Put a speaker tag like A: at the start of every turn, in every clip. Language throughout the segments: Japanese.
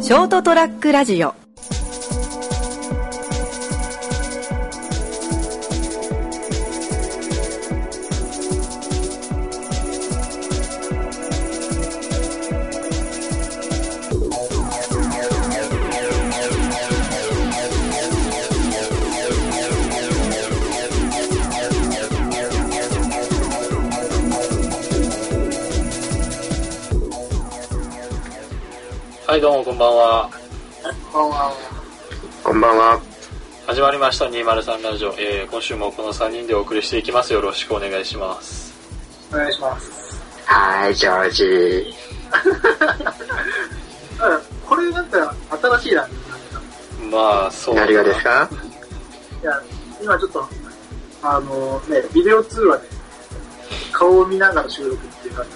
A: ショートトラックラジオ
B: はいどうもこんばんは
C: こんばんは。
B: 始まりました203ラジオ、えー、今週もこの3人でお送りしていきますよろしくお願いします
D: お願いします。
C: はい、ジョージ。
D: うん、これなんか新しいな。
B: まあそうだな
C: 何がですか
D: いや、今ちょっと、あのね、ビデオ通話で顔を見ながら収録っていう感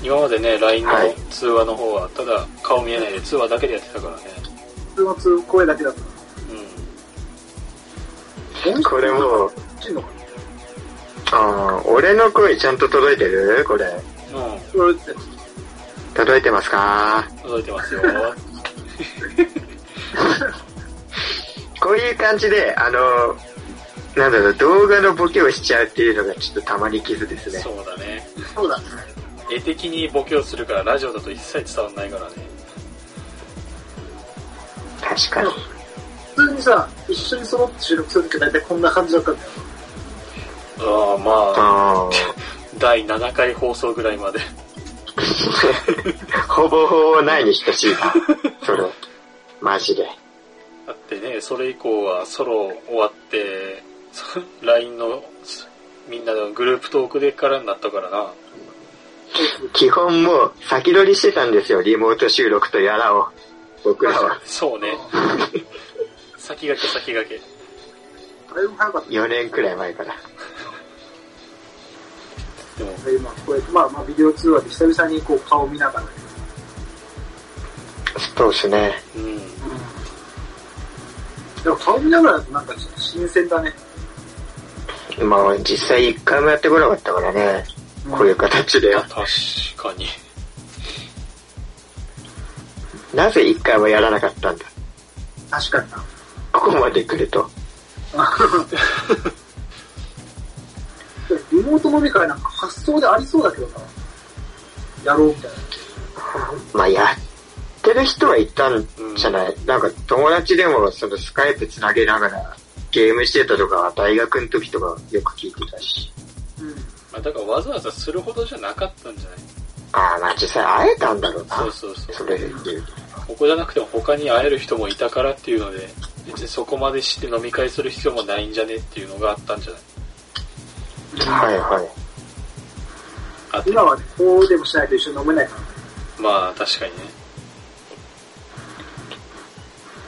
B: 今までね LINE の
C: はい
B: 通話の方はただ顔見えないで通話だけでやってたからね
D: じ。普通の通声だけだと。
C: これもう、
D: 大きいのかな
C: あー俺の声ちゃんと届いてるこれ。
B: うんうん
D: これって。
C: 届いてますか
B: 届いて ますよ
C: こういう感じで、あの、なんだろう、動画のボケをしちゃうっていうのがちょっとたまに傷ですね。
B: そうだね
D: そうだね。
B: 絵的にボケをするからラジオだと一切伝わんないからね
C: 確かに。
D: 普通にさ、一緒に揃って収録するとき大体こんな感じだったんだよ。
B: ああまあ
C: あ
B: 第7回放送ぐらいまで
C: ーほぼほぼないに等しい な。それ。マジで。
B: だってねそれ以降はソロ終わって そ LINE のみんなのグループトークでからになったからな
C: 基本もう先取りしてたんですよ、リモート収録とやらを。僕らは。
B: そう ね。先駆け先駆け。
D: だいぶ早かったね。
C: 4年くらい前から。
B: でも、
D: 今、これ、まあまあビデオ通話で久々にこう顔を見ながら。
C: そうですね。
B: うん。
D: でも顔見ながらだとなんかちょっと新鮮だね。
C: まあ実際一回もやってこなかったからね。こういう形で。
B: 確かに。
C: なぜ一回もやらなかったんだ。
D: 確かにな。
C: ここまで来ると。
D: リモート飲み会なんか発想でありそうだけどな。やろうみたいな。
C: まあやってる人はいたんじゃない、なんか友達でもそのスカイプつなげながらゲームしてたとかは大学の時とかよく聞いてたし。
D: うん。
B: まあ、だからわざわざするほどじゃなかったんじゃない
C: ああまあ実際会えたんだろうな。
B: そうそうそ。
C: そうれで言うと。
B: ここじゃなくても他に会える人もいたからっていうので、別にそこまでして飲み会する必要もないんじゃねっていうのがあったんじゃない
C: はいはい。
B: あって
D: 今はね、こうでもしないと一緒に飲めないから。
B: まあ確かにね。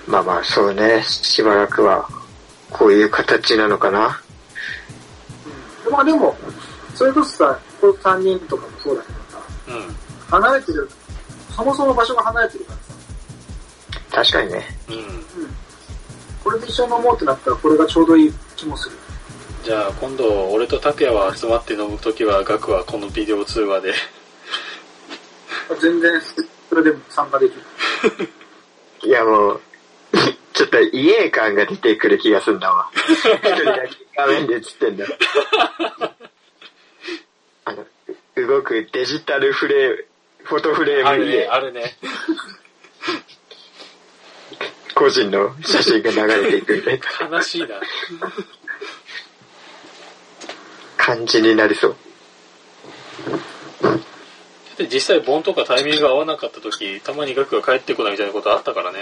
C: まあまあそうね。しばらくはこういう形なのかな。
D: まあでも、それこそさ、この3人とかもそうだけどさ、
B: う
D: 離れてる、そもそも場所が離れてるからさ、
C: 確かにね。
B: ん。うん。
D: これで一緒に飲もうってなったらこれがちょうどいい気もする。
B: じゃあ今度、俺と拓也は集まって飲むときは、ガクはこのビデオ通話で。
D: 全然、それでも参加できる。
C: いやもう、 ちょっと家感が出てくる気がすん だわ。一人だけ画面で映ってんだ。あの、う動くデジタルフレーム、フォトフレ
B: あ
C: ーム
B: るね、
C: に
B: あるね。
C: 個人の写真が流れていくみたいな
B: 悲しいな。
C: 感じになりそう。
B: で実際盆とかタイミングが合わなかった時たまにガクが帰ってこないみたいなことあったからね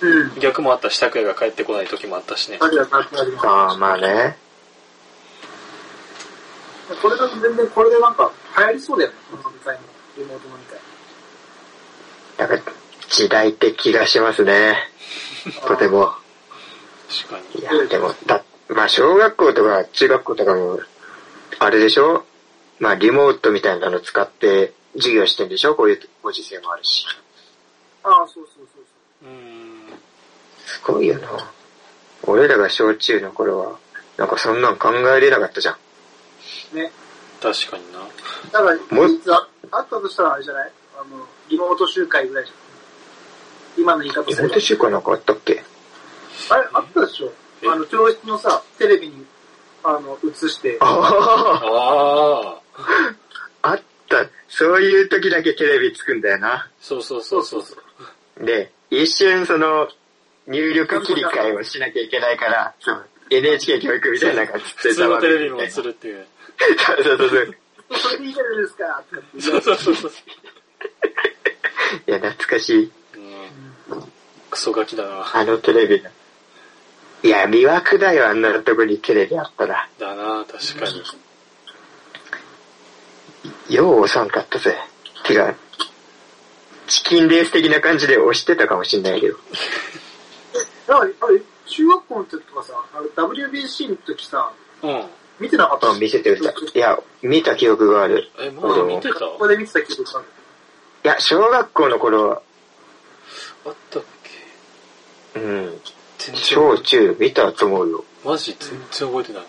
D: うん。
B: 逆もあったし拓也が帰ってこない時もあったしね
D: だけはなくなりま
C: ああ、まあね。
D: す。これが全然、これでなんか流行りそうだよね、この飲み会も。リモート飲み会。
C: なんか、時代って気がしますね。 とても。
B: 確か
C: いや、でも、だ、まあ、小学校とか中学校とかも、あれでしょまあ、リモートみたいなの使って授業してんでしょこういうご時世もあるし。
D: ああ、そうそうそう
B: にうーん
C: すごいよな。俺らが小中の頃は、なんかそんなん考えれなかったじゃん。
D: そう。ね。
B: 確かにな
D: だから、
C: もう
D: いつああったとしたらあれじゃないああの、リモート集会ぐらいじゃん。今の言い方
C: リ
D: す
C: モ
D: れ
C: ー
D: ば
C: ト。集会なんかあったっけ
D: あれ、あったでしょ
B: え
D: あの、教室のさ、テレビに、あの、映して、
C: あ
B: ああ、
C: あった。そういう時だけテレビつくんだよな。
B: そうそうそうそう。そう
C: で、一瞬その、入力切り替えをしなきゃいけないから、そう、NHK 教育みたいなのがつって
B: 普通
C: た
B: の
C: わ
B: テ
C: け
B: レビも映
C: そう
B: るっていう。
C: そうそう。
D: それでいいじゃないですかって言って
B: そうそうそうそう。
C: いや、懐かしい。
B: うん。クソガキだな。
C: あのテレビの。いや、魅惑だよ、あんなとこにテレビあったら。
B: だな、確かに。
C: よう押さんかったぜ。てか、チキンレース的な感じで押してたかもしんないけど。
D: だから、あれ、中学校の時とかさ、あの WBC の時さ、
B: うん。
D: 見てなかった
C: あ、見せてみた。いや、見た記憶がある。
B: え、まだ見てた
D: 学校で見てた記憶がある。
C: いや、小学校の頃、
B: あったっ
C: うん、
B: け全
C: 小
B: 然。
C: 中見たと思うよ。
B: マジ全然覚えてない。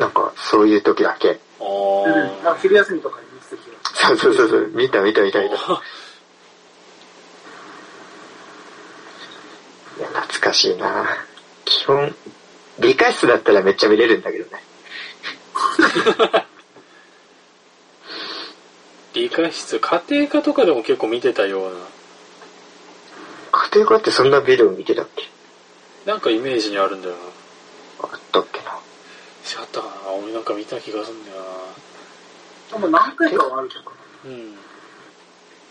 C: なんか、そういう時だけ。
B: あ
D: うん。なんか
B: あ。
D: 昼休みとかに見てた気が
C: そうそうそうそう、見た見た見た見た。いや、懐かしいな基本、理科室だったらめっちゃ見れるんだけどね。
B: 理科室、家庭科とかでも結構見てたような。
C: 家庭科ってそんなビデオ見てたっけ
B: なんかイメージにあるんだよな。
C: あったっけな
B: 違ったかな俺なんか見た気がするんだよ
D: 多分何回かはあるとか。
B: な。うん。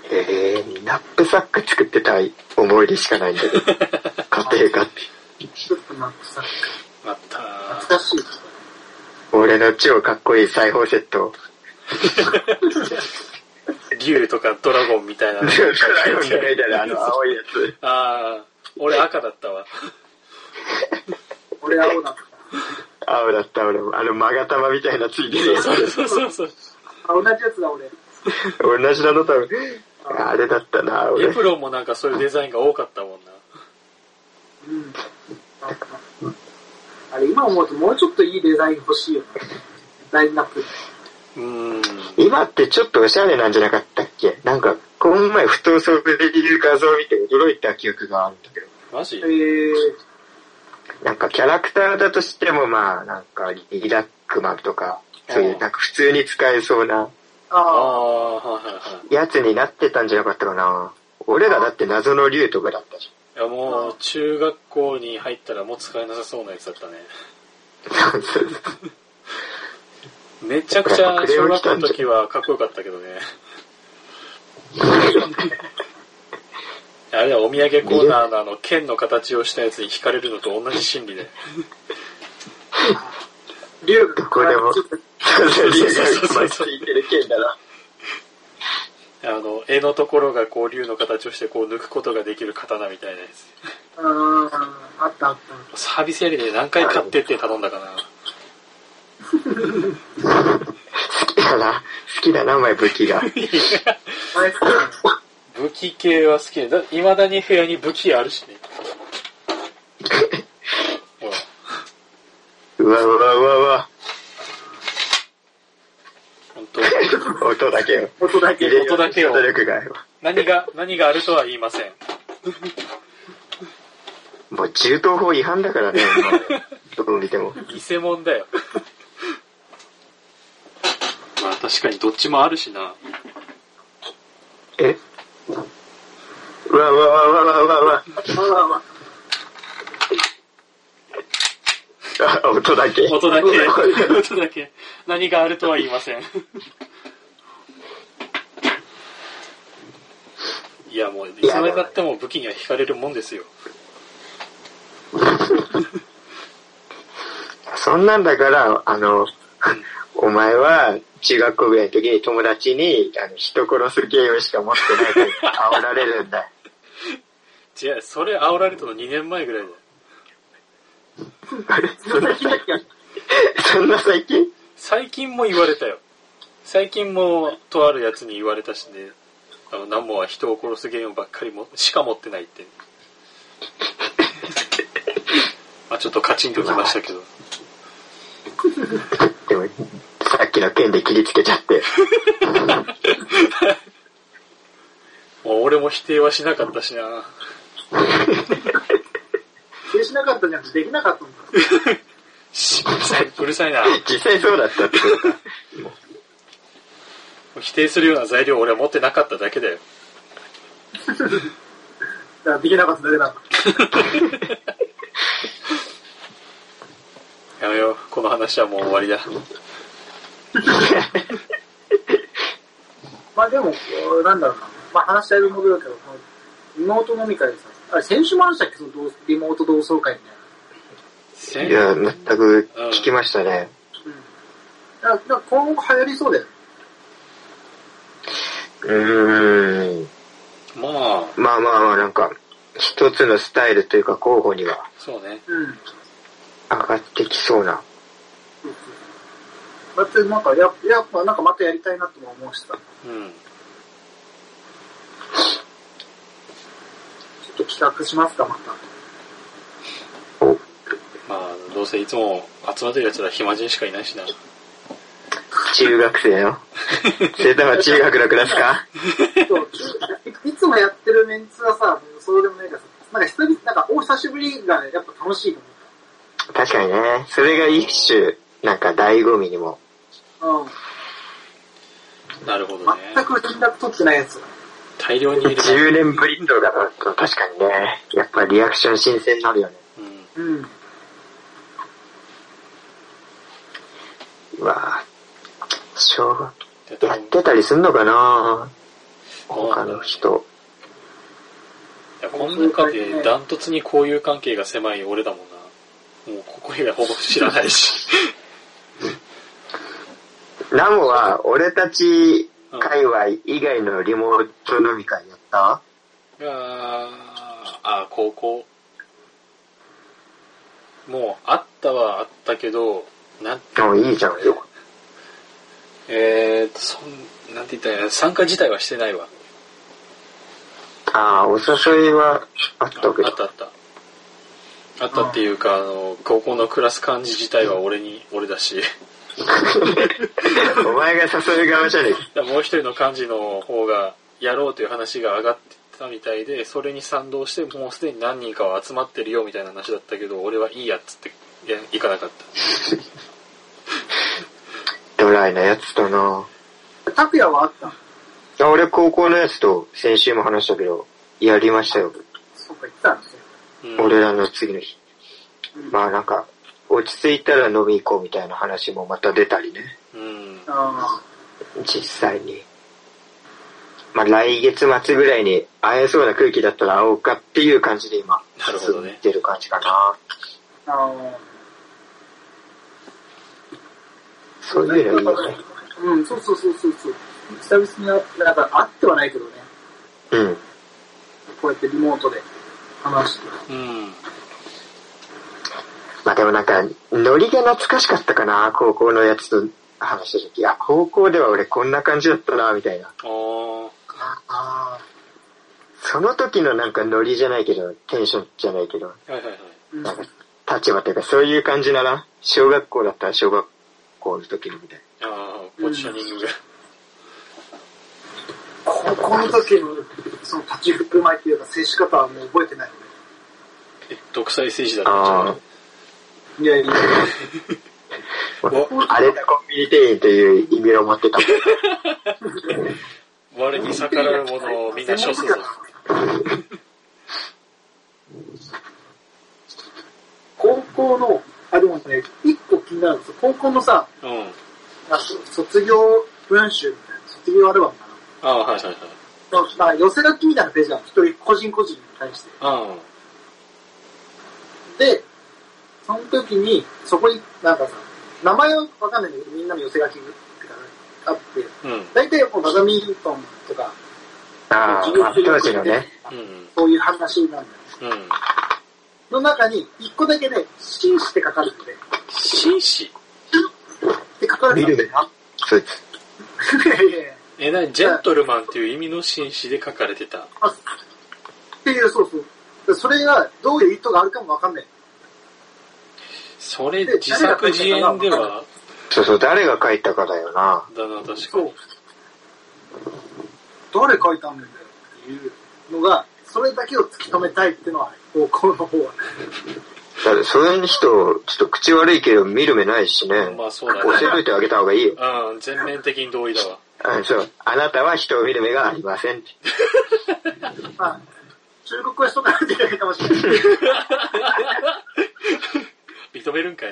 C: ええナップサック作ってた思い出しかないんだけ ど。家庭科って。
D: ちょっとなんかさ、
B: あったな
D: 懐かしい。
C: 俺の超かっこいい裁縫セットを。
B: 竜とかドラゴンみたいな。
C: ドラゴンに描いてあ るあの青いやつ。
B: ああ、俺赤だったわ。
D: 俺青だった。
C: 青だった俺も。あの、マガ玉みたいなついてるやつ
B: そうそうそうそう。
D: あ、同じやつだ俺。
C: 同じなの多分。あれだったな、俺
B: エ。プロンもなんかそういうデザインが多かったもんな。
D: うん。あれ、今思うともうちょっといいデザイン欲しいよね。ラインナップ。
B: うーん。
C: 今ってちょっとおしゃれなんじゃなかったっけなんか、この前不当そうでいる画像を見て驚いた記憶があるんだけど。
B: マジ
D: えー、
C: なんかキャラクターだとしてもまあ、なんかリラックマンとか、そういうなんか普通に使えそうな
B: あ
D: ああ、
B: あ、はいはいは
C: やつになってたんじゃなかったかな。俺らだって謎の竜とかだったじ
B: い。いやもう、中学校に入ったらもう使えなさそうなやつだったね。
C: ゃん。そう
B: めちゃくちゃ小学校の時はかっこよかったけどね。あれはお土産コーナーのあの剣の形をしたやつに惹かれるのと同じ心理で。
D: 竜が
C: どこでも
D: ちょっと
C: そう竜が巻きついてる剣だな。
B: あの、絵のところがこう竜の形をしてこう抜くことができる刀みたいなやつ。
D: うん、あったあった。
B: サービスエリアで何回買ってって頼んだかな。
C: 好きだな。好きだな、お前武器が。
D: あれ好きだね
B: 武器系は好きで、いまだに部屋に武器あるしね。ほら
C: うわうわうわうわ。
B: 本当
C: 音だけよ。
D: 音だけ
C: 入れよう
B: 音だけを
C: 努力があれば
B: 何が、何があるとは言いません。
C: もう銃刀法違反だからね、今どう見ても。
B: 偽物だよ。 まあ確かにどっちもあるしな。
C: えうわうわうわうわうわうわ
D: あまあまあ
C: あ音だけ。
B: 音だけ、 音だけ。何があるとは言いません。いやもう、いつまでたっても武器には惹かれるもんですよ。
C: そんなんだから、あの、 お前は中学校ぐらいの時に友達にあの人殺すゲームしか持ってないから煽られるんだ。
B: 違う、それ煽られたの2年前ぐらいだよ。
C: あれそんな最近 そんな最近
B: 最近も言われたよ。最近も、とあるやつに言われたしね、あの、ナモは人を殺すゲームばっかりも、しか持ってない って。まあちょっとカチンときましたけど。
C: でも、さっきの剣で切りつけちゃって。
B: も俺も否定はしなかったしな。
D: 否定しなかったんじゃなくて、できなかったんだ。
B: しうるさい、うるさいな。
C: 実際そうだったってことか。
B: 否定するような材料を俺は持ってなかっただけだよ。
D: だからできなかっただけなんだ。
B: やめよう。この話はもう終わりだ。
D: まあでも、こうなんだろうな。まあ話し合いの僕だけど、このリモート飲み会でさ、あれ、先週も話したっけその同リモート同窓会みたいな。
B: せん
C: いや、全く聞きましたね。
D: うん。だからだから今後流行りそうだよ。
C: うーん。
B: まあ、
C: まあまあまあ、なんか、一つのスタイルというか候補には
B: そうね。
D: うん。
C: 上がってきそうな。
D: だってなんかや、やっぱなんかまたやりたいなとも思うしさ、
B: うん。
D: ちょっと企画しますか、また。
B: まあ、どうせいつも集まってる奴ら暇人しかいないしな。
C: 中学生の。それとも中学のクラスか
D: そういいつもやってるメンツはさ、そうでもないからさ、なんか久々なんかお久しぶりがね、やっぱ楽しいと
C: 確かにね。それが一種、なんか醍醐味にも。
D: 思う。うん。
B: なるほどね。
D: 全く連絡取ってないやつ。
B: 大量にいるな。
C: 10年ぶりとかだと確かにね、やっぱリアクション新鮮になるよね。
B: うん。
D: うん。
C: うわぁ。小学
B: で多
C: やっ
B: 分
C: てたりすんのかな
B: どうな
C: 他
B: んだろう
C: の
B: ね
C: 人。
B: いや、この中でダントツに交友関係が狭い俺だもんな。もうここ以外ほぼ知らないし。
C: ナモは、俺たち界隈以外のリモート飲み会やった
B: あーあー、高校。もう、あったはあったけど、なん、
C: でもいいじゃんよ。
B: えーと、そん、なんて言ったらいいの参加自体はしてないわ。
C: ああ、お誘いはあった
B: あ
C: けど
B: あっ。たあった。あったっていうか、あの、高校のクラス幹事自体は俺に、俺だし、
C: お前が誘い側じゃねえか
B: だからもう一人の幹事の方が、やろうという話が上がってたみたいで、それに賛同して、もうすでに何人かは集まってるよみたいな話だったけど、俺はいいやっつって、いや行かなかった。
C: ドライなやつとな。
D: 拓也はあった。
C: あ俺高校のやつと先週も話したけど、やりましたよ。
D: そっか、言ってたんですよ。
B: うん
C: 俺らの次の日。
D: うん。
C: まあなんか、落ち着いたら飲み行こうみたいな話もまた出たりね。
B: うん。
D: あ
C: 実際に。まあ来月末ぐらいに会えそうな空気だったら会おうかっていう感じで今、
B: なるほどね
C: 進んでる感じかな。
D: あ、ああ。
C: そういうのいいよね。
D: うん、そうそうそうそうそう。久々に会なんか会ってはないけどね、
C: うん。
D: こうやってリモートで話して。
B: うん。
C: まあでもなんか、ノリが懐かしかったかな、高校のやつと話した時。いや、高校では俺こんな感じだったな、みたいな。
B: あー
D: ああ。
C: その時のなんかノリじゃないけど、テンションじゃないけど、
B: はいはいはい。
D: うん
C: なんか立場というかそういう感じだな。小学校だったら小学校の時のみたいな。
B: ああ、ポジショニングが。
D: 高校の時のその立ち振る舞いっていうか接し方はもう覚えてない。
B: え独裁政治だ
C: あ
B: っ
C: ー
D: いやいや、
B: た。わ、
C: あれだコンビニ店員という異名を持って たもん。
B: 我に逆らう者をみんな処すぞ。
D: 高校の、あ、でもね、一個気になるんですよ。高校のさ、
B: うん。
D: あそ卒業文集みたいな、卒業アルバムか
B: ああ、はいはいはい。
D: な。のまあ、寄せ書きみたいなページが一人個人個人に対して。
B: あ
D: で、その時に、そこになんかさ、名前はわかんないんだけど、みんなの寄せ書きがあって、
B: あ、うん。
D: 大体もうバドミントンとか、
C: ああ、まあ当時のね。
B: うん。
D: そういう話なんだよ。
B: うん。
D: の中に、一個だけで、紳士って書かれてて、
B: 紳士
D: って書かれてたんだよな。
C: そい つ。
D: いやいや
B: え、なに、ジェントルマンっていう意味の紳士で書かれてた。
D: あっていう、そうそう。でそれが、どういう意図があるかもわかんない。
B: それ、自作自演で は、
C: そうそう、誰が書いたかだよな。
B: だな、確か
D: そう。誰書いたんだよっていいうのが、それだけを突き止めたいっていうのは、高校の方は、
C: だからそういう人、ちょっと口悪いけど見る目ないしね。
B: まあそうだね
C: 教えといてあげた方がいいよ。
B: うん、全面的に同意だわ。
C: うん、そう。あなたは人を見る目がありませんって。
D: まあ、中国は人から出てるかもしれ ない。
B: 認めるんかい。
C: い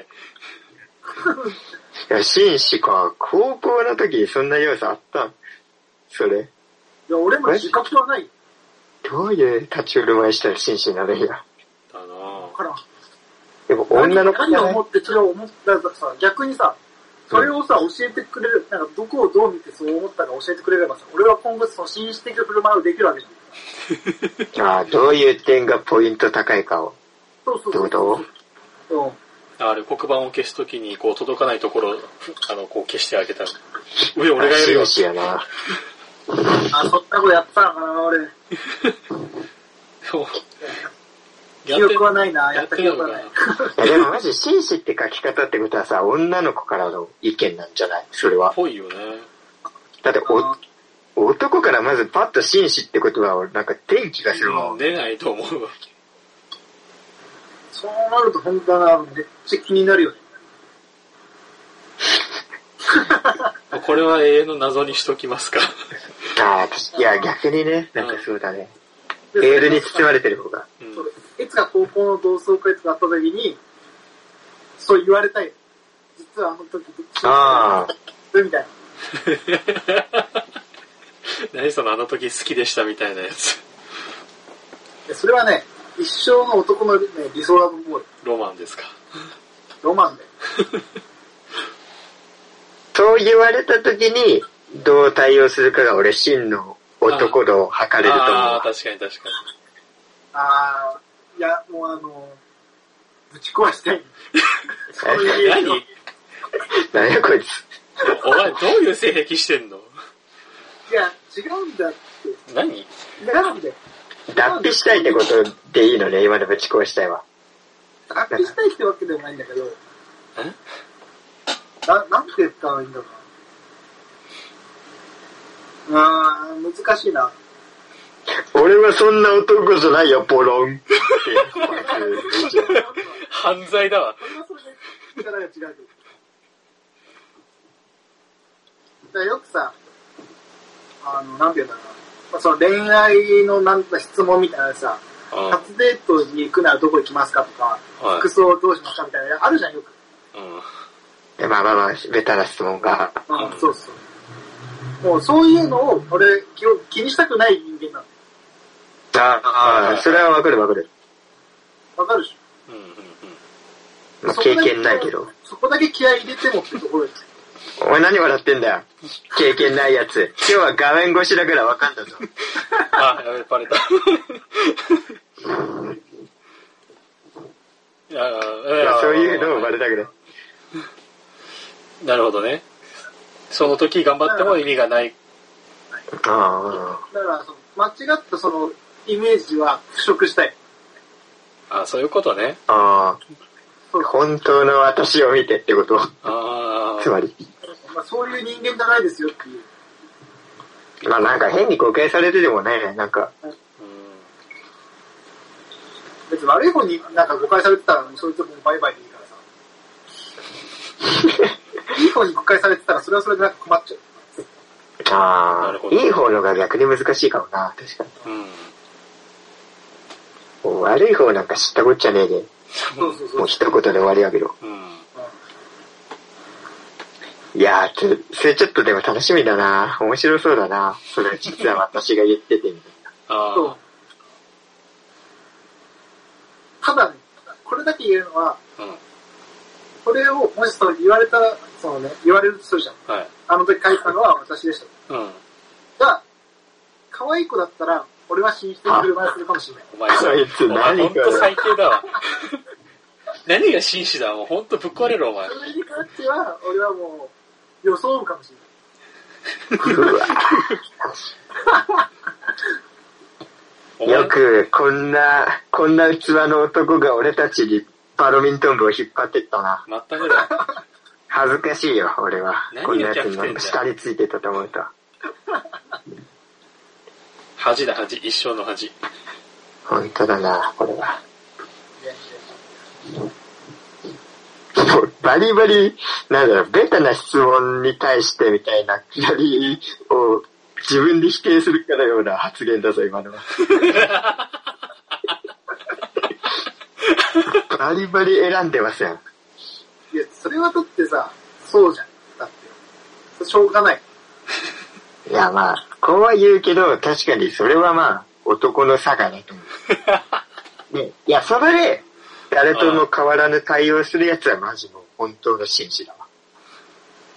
C: や、紳士か。高校の時そんな要素あったんそれ。
D: いや、俺も自覚はない
C: どういう立ち振る舞いしたら紳士になれるんや。
B: だな
D: から。
C: でも女の子
D: 何
C: じ
D: を
C: ゃない
D: 思ってそれを思ったらさ、逆にさ、それをさ、教えてくれる、なんかどこをどう見てそう思ったか教えてくれればさ、俺は今後その紳士的な振る舞いをできるわけじゃん。
C: ああ、どういう点がポイント高いかを。
D: そうそ
C: ってこ
D: う
C: と
D: そう。うん。
B: あれ、黒板を消すときに、こう、届かないところ、あの、こう、消してあげたら。上、俺がやるよ
C: 紳。士やな。
D: あ、そんなことやってたのかな、俺。
B: そうや
D: 記
B: って
D: 憶はないな、
B: や
D: や
B: っ
D: ってた
B: る
D: 記
B: のか
D: 憶
B: な
D: はない。
C: いや、でもマジ紳士って書き方ってことはさ、女の子からの意見なんじゃないそれは。
B: ぽいよね。
C: だってお、男からまずパッと紳士ってことは、なんか天気がするもん。
B: 出ないと思うわ。
D: そうなると本当だな、めっちゃ気になるよね。
B: これは永遠の謎にしときますか。
C: ああ、いや、逆にね、なんかそうだね。メールに包まれてる方が。
B: うん
D: そ、ういつか高校の同窓会とかあった時に、そう言われたい。実はあの時、
C: ああ、
D: みたいな。
B: 何そのあの時好きでしたみたいなやつ。
D: でそれはね、一生の男の、ね、理想だと思うよ。
B: ロマンですか。
D: ロマンで。
C: そう言われた時に、どう対応するかが俺、真の男度を測れると思う
B: ああ、
C: わ。
B: 確かに確かに。
D: ああ、いや、もうあの、ぶち壊したい。そういう意味の
B: 何
C: なんやこいつ。
B: お前どういう性癖してんの
D: いや、違うんだって。
B: 何
D: なんで
C: 脱皮したいってことでいいのね、今のぶち壊したいわ。
D: 脱皮したいってわけでもないんだけど、な、なんて言ったらいいんだろうな。うーん、難しいな。
C: 俺はそんな男じゃないよ、ポロン。ってこいつ
D: それは
B: 犯罪だわ。
D: それで力が違うけど。だからよくさ、あの、なんて言うんだろうな。まあ、その恋愛のなんか質問みたいなさ、
B: う
D: 初デートに行くならどこ行きますかとか、
B: ん。はい
D: 服。装どうしますかみたいな、あるじゃん、よく。
B: うん。
C: で まあまあまあ、ベタな質問が。
D: あそうそう。もうそういうのを、俺、気を気にしたくない人間なの。
C: ああ、それはわかるわかる。
D: わかるでし
B: うんうんうん。
D: ょ、
C: まあ、経験ないけど。
D: そこだけ気合い入れてもってところです。
C: お前何笑ってんだよ。経験ないやつ。今日は画面越しだからわかんだぞ。
B: あ、やべ、バレた。 いやいや
C: そういうのもバレたくない。
B: なるほどね。その時頑張っても意味がない。
C: あ
D: だからその、間違ったその、イメージは払拭したい。
B: あそういうことね。
C: あ、ああ、本当の私を見てってこと。
B: あ
C: つまり。
D: まあ、そういう人間じゃないですよっていう。
C: まあなんか変に誤解されてでもないね。なんか、
B: あ、うん
D: 別に悪い方になんか誤解されてたら、そいつもうバイバイでいいからさ。いい方に誤解されてたら、それはそれでなんか困っちゃう。
B: な
C: あ
B: るほ
C: あ、
B: ど
C: いい方のが逆に難しいかもな。確かに。
B: うん。
C: もう悪い方なんか知ったこっちゃねえで。
D: そうそうそ
C: も
D: う
C: う。一言で終わりやけど。
B: うん。
C: いやー、ちょそれちょっとでも楽しみだな。面白そうだな。それ実は私が言っててみたい
B: あ
D: そうただね、これだけ言えるのは、
B: あ、うん。
D: これを、もしそう言われた、そのね、言われるとするじゃん。
B: はい。
D: あの時書いたのは私でし
B: うん。
D: た。が、可愛い子だったら、俺は紳士的振る舞いするかもしれない。
B: お前さ、
C: こいつ
B: お前
C: 何
B: ほん
C: これ
B: と最低だわ。何が紳士だもうほんとぶっ壊れるお前。
D: それに関しては、俺はもう、装うかもしれない。
C: な。う わ
B: お前
C: よく、こんな、こんな器の男が俺たちにバドミントン部を引っ張ってったな。
B: まったくだ。
C: 恥ずかしいよ、俺は。
B: 何が
C: こんなやつに
B: 逆転だよ
C: 下についてたと思うと。
B: 恥だ恥、一生の恥。
C: 本当だな、これは。
D: ね
C: もう バリバリ、なんだろう、ベタな質問に対してみたいなくだりを自分で否定するかのような発言だぞ、今のは。バリバリ選んでません。
D: いや、それはだってさ、そうじゃん。だって。それしょうがない。
C: いや、まあ、こうは言うけど、確かにそれはまあ、男の差がなと思 う。ね、いや、それで、誰とも変わらぬ対応するやつはマジもう本当の紳士だわ。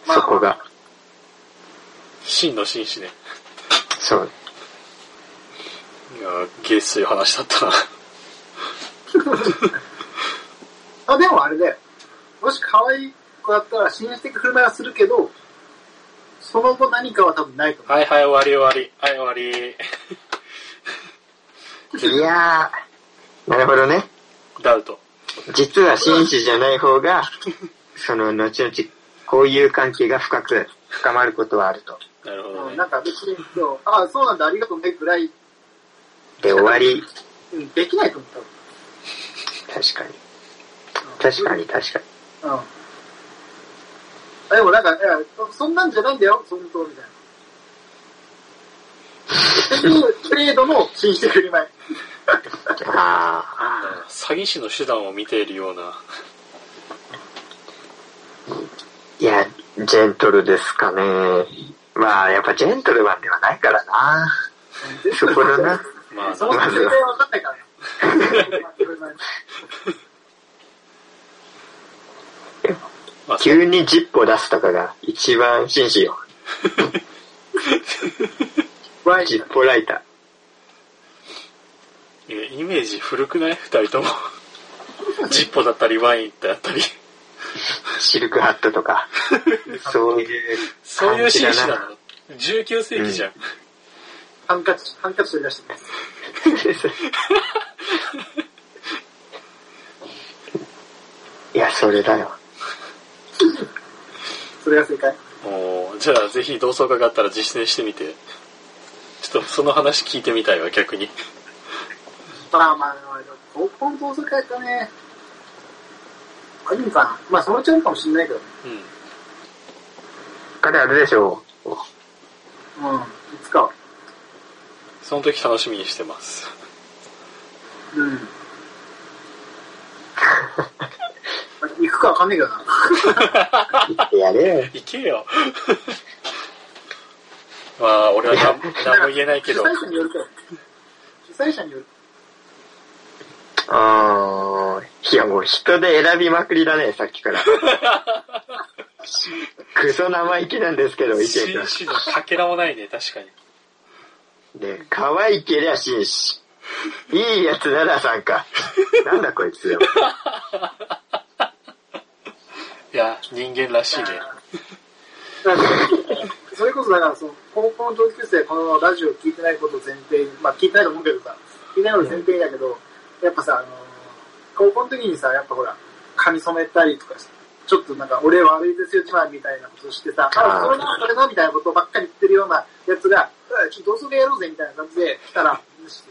D: まあ
C: そこが、
B: 真の紳士ね。
C: そう。
B: いやー、下水話だったな。
D: あ、でもあれだよ。もし可愛い子だったら、紳士的振る舞いはするけど、その後何かは多分ないと思
B: はいはい、終わり終わり。はい、終わ
C: いやー、なるほどね。
B: り。ダウト。
C: 実は紳士じゃない方が、その、後々、こういう関係が深く、深まることはあると。
B: なるほ
D: う。
B: ど
D: うん
B: ね。
D: なんか別に、そうあ、そうなんだ、ありがとうね、ぐらい、
C: で、終わり、
D: うん、できないと思った。
C: 確かに。
D: うん
C: 確かに、確かに。
D: うん。あでもなんか、いやそんなんじゃないんだよ、本当 みたいな。っていうトレードの紳士的振る舞い。
C: あ
B: 詐欺師の手段を見ているような。
C: ー、いや、ジェントルですかね。まあ、やっぱジェントルマンではないからな。そこ だな。
B: まあ
D: その
B: な、
D: 人全然わかんないからな。
B: まあ、そう
C: 急に10歩出すとかが一番紳士よ。
D: ワイン
C: 10歩ライタ
B: えイメージ古くない二人とも。ジッポだったり、ワインってあったり。
C: ー、シルクハット とか。そういう、
B: そういう紳士
C: 感じだ
B: なの。19世紀じゃん。
D: ハンカチ、ハンカチ取り出してます。
C: いや、それだよ。
D: それが正解。
B: おーじゃあ、ぜひ同窓会があったら実践してみて。ちょっとその話聞いてみたいわ、逆に。
D: まあまあ、高校の同窓会かね。あるんかな。まあ、そのうちあるかもしれないけどね。
B: うん。
C: 彼あれでしょう。
D: うん。いつかは。
B: その時楽しみにしてます。
D: うん。行くかわかんないけどな。
C: 言ってやれよ。
B: 行けよ。 まあ、俺は何何も言えないけど
D: 主。催者によるから。主催者による。
C: あーいやもう人で選びまくりだね、さっきから。 クソ生意気なんですけど、意見が
B: 紳。士のかけらもないね、確かに。
C: で、可愛けりゃ紳士。いいやつなら参加。なんだこいつよ。
B: いや、人間らしいね。
D: だから それこそだからその、高校の同級生、このラジオ聞いてないことを前提に、まあ聞いてないと思うけどさ、聞いてないこと前提だけど、やっぱさ、あのー高校の時にさ、やっぱほら、髪染めたりとかして、ちょっとなんか俺悪いですよ、自慢みたいなことしてさ、あ、
C: あー
D: それな、それな、みたいなことばっかり言ってるようなやつが、うんちょっと同窓会やろうぜ、みたいな感じで来たら、無視して。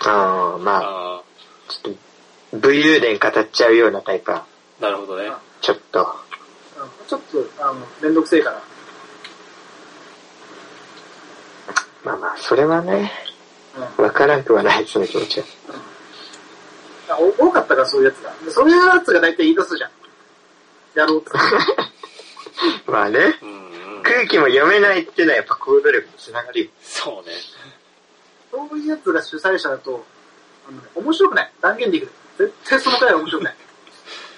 C: あーまあ、
B: あ
C: ちょっと、武勇伝語っちゃうようなタイプは、
B: あ、なるほどね。
C: ちょっと、
D: うんちょっと、あの、めんどくせえから。
C: まあまあ、それはね、
D: うん
C: わからんくはない、その気持ちは。
D: お多かったから、そういうやつが。でそういうやつが大体言い出すじゃん。やろうって。
C: まあね、
B: うんうん。
C: 空気も読めないっていうのはやっぱ行動力につながるよ。
B: そうね。
D: そういうやつが主催者だと、あのね、面白くない。断言できる。絶対その回は面白くない。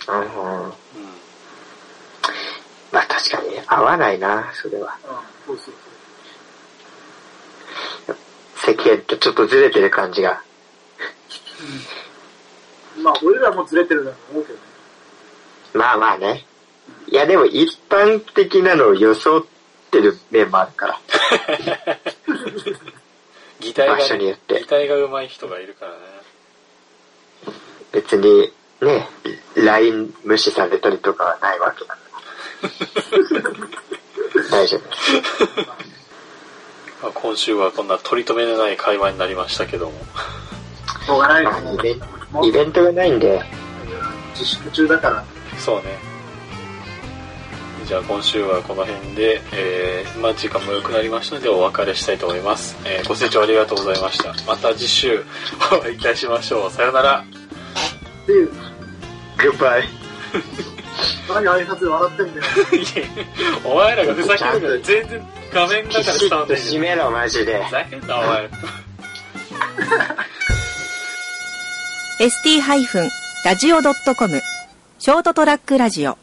C: あのー
B: うん。
C: まあ確かに合わないな、それは。
D: うん、そうそう
C: 世間とちょっとずれてる感じが。
D: そう。まあ、俺らもずれてるだろうと思うけどね。
C: まあまあね。いやでも一般的なのを装ってる面もあるから。
B: 擬態が、
C: 場所によって
B: 擬態が上手い人がいるからね。
C: 別にね、LINE 無視されたりとかはないわ けだから。大丈夫です。
B: まあ今週はこんな取り留めのない会話になりましたけども。
D: しょうがない
C: ま
D: です
C: あ
D: ね
C: イベン
D: もう
C: イベントがないんで、
D: 自粛中だから
B: そうね。じゃあ今週はこの辺で、えーまあ時間も良くなりましたのでお別れしたいと思います。えーご清聴ありがとうございました。また次週お会いいたしましょう。さよなら。
D: っていう
C: グッバイ。
D: 何挨拶で笑ってんだよ
B: いえお前らがふざけるから全然画面だか
C: き
B: ら
C: ち
B: 伝
C: っ
B: わんな
C: と
B: いけ
C: 締
B: ど。
C: めろ、マジで
B: ふ。ざけんなお前。
A: ST-radio.com ショートトラックラジオ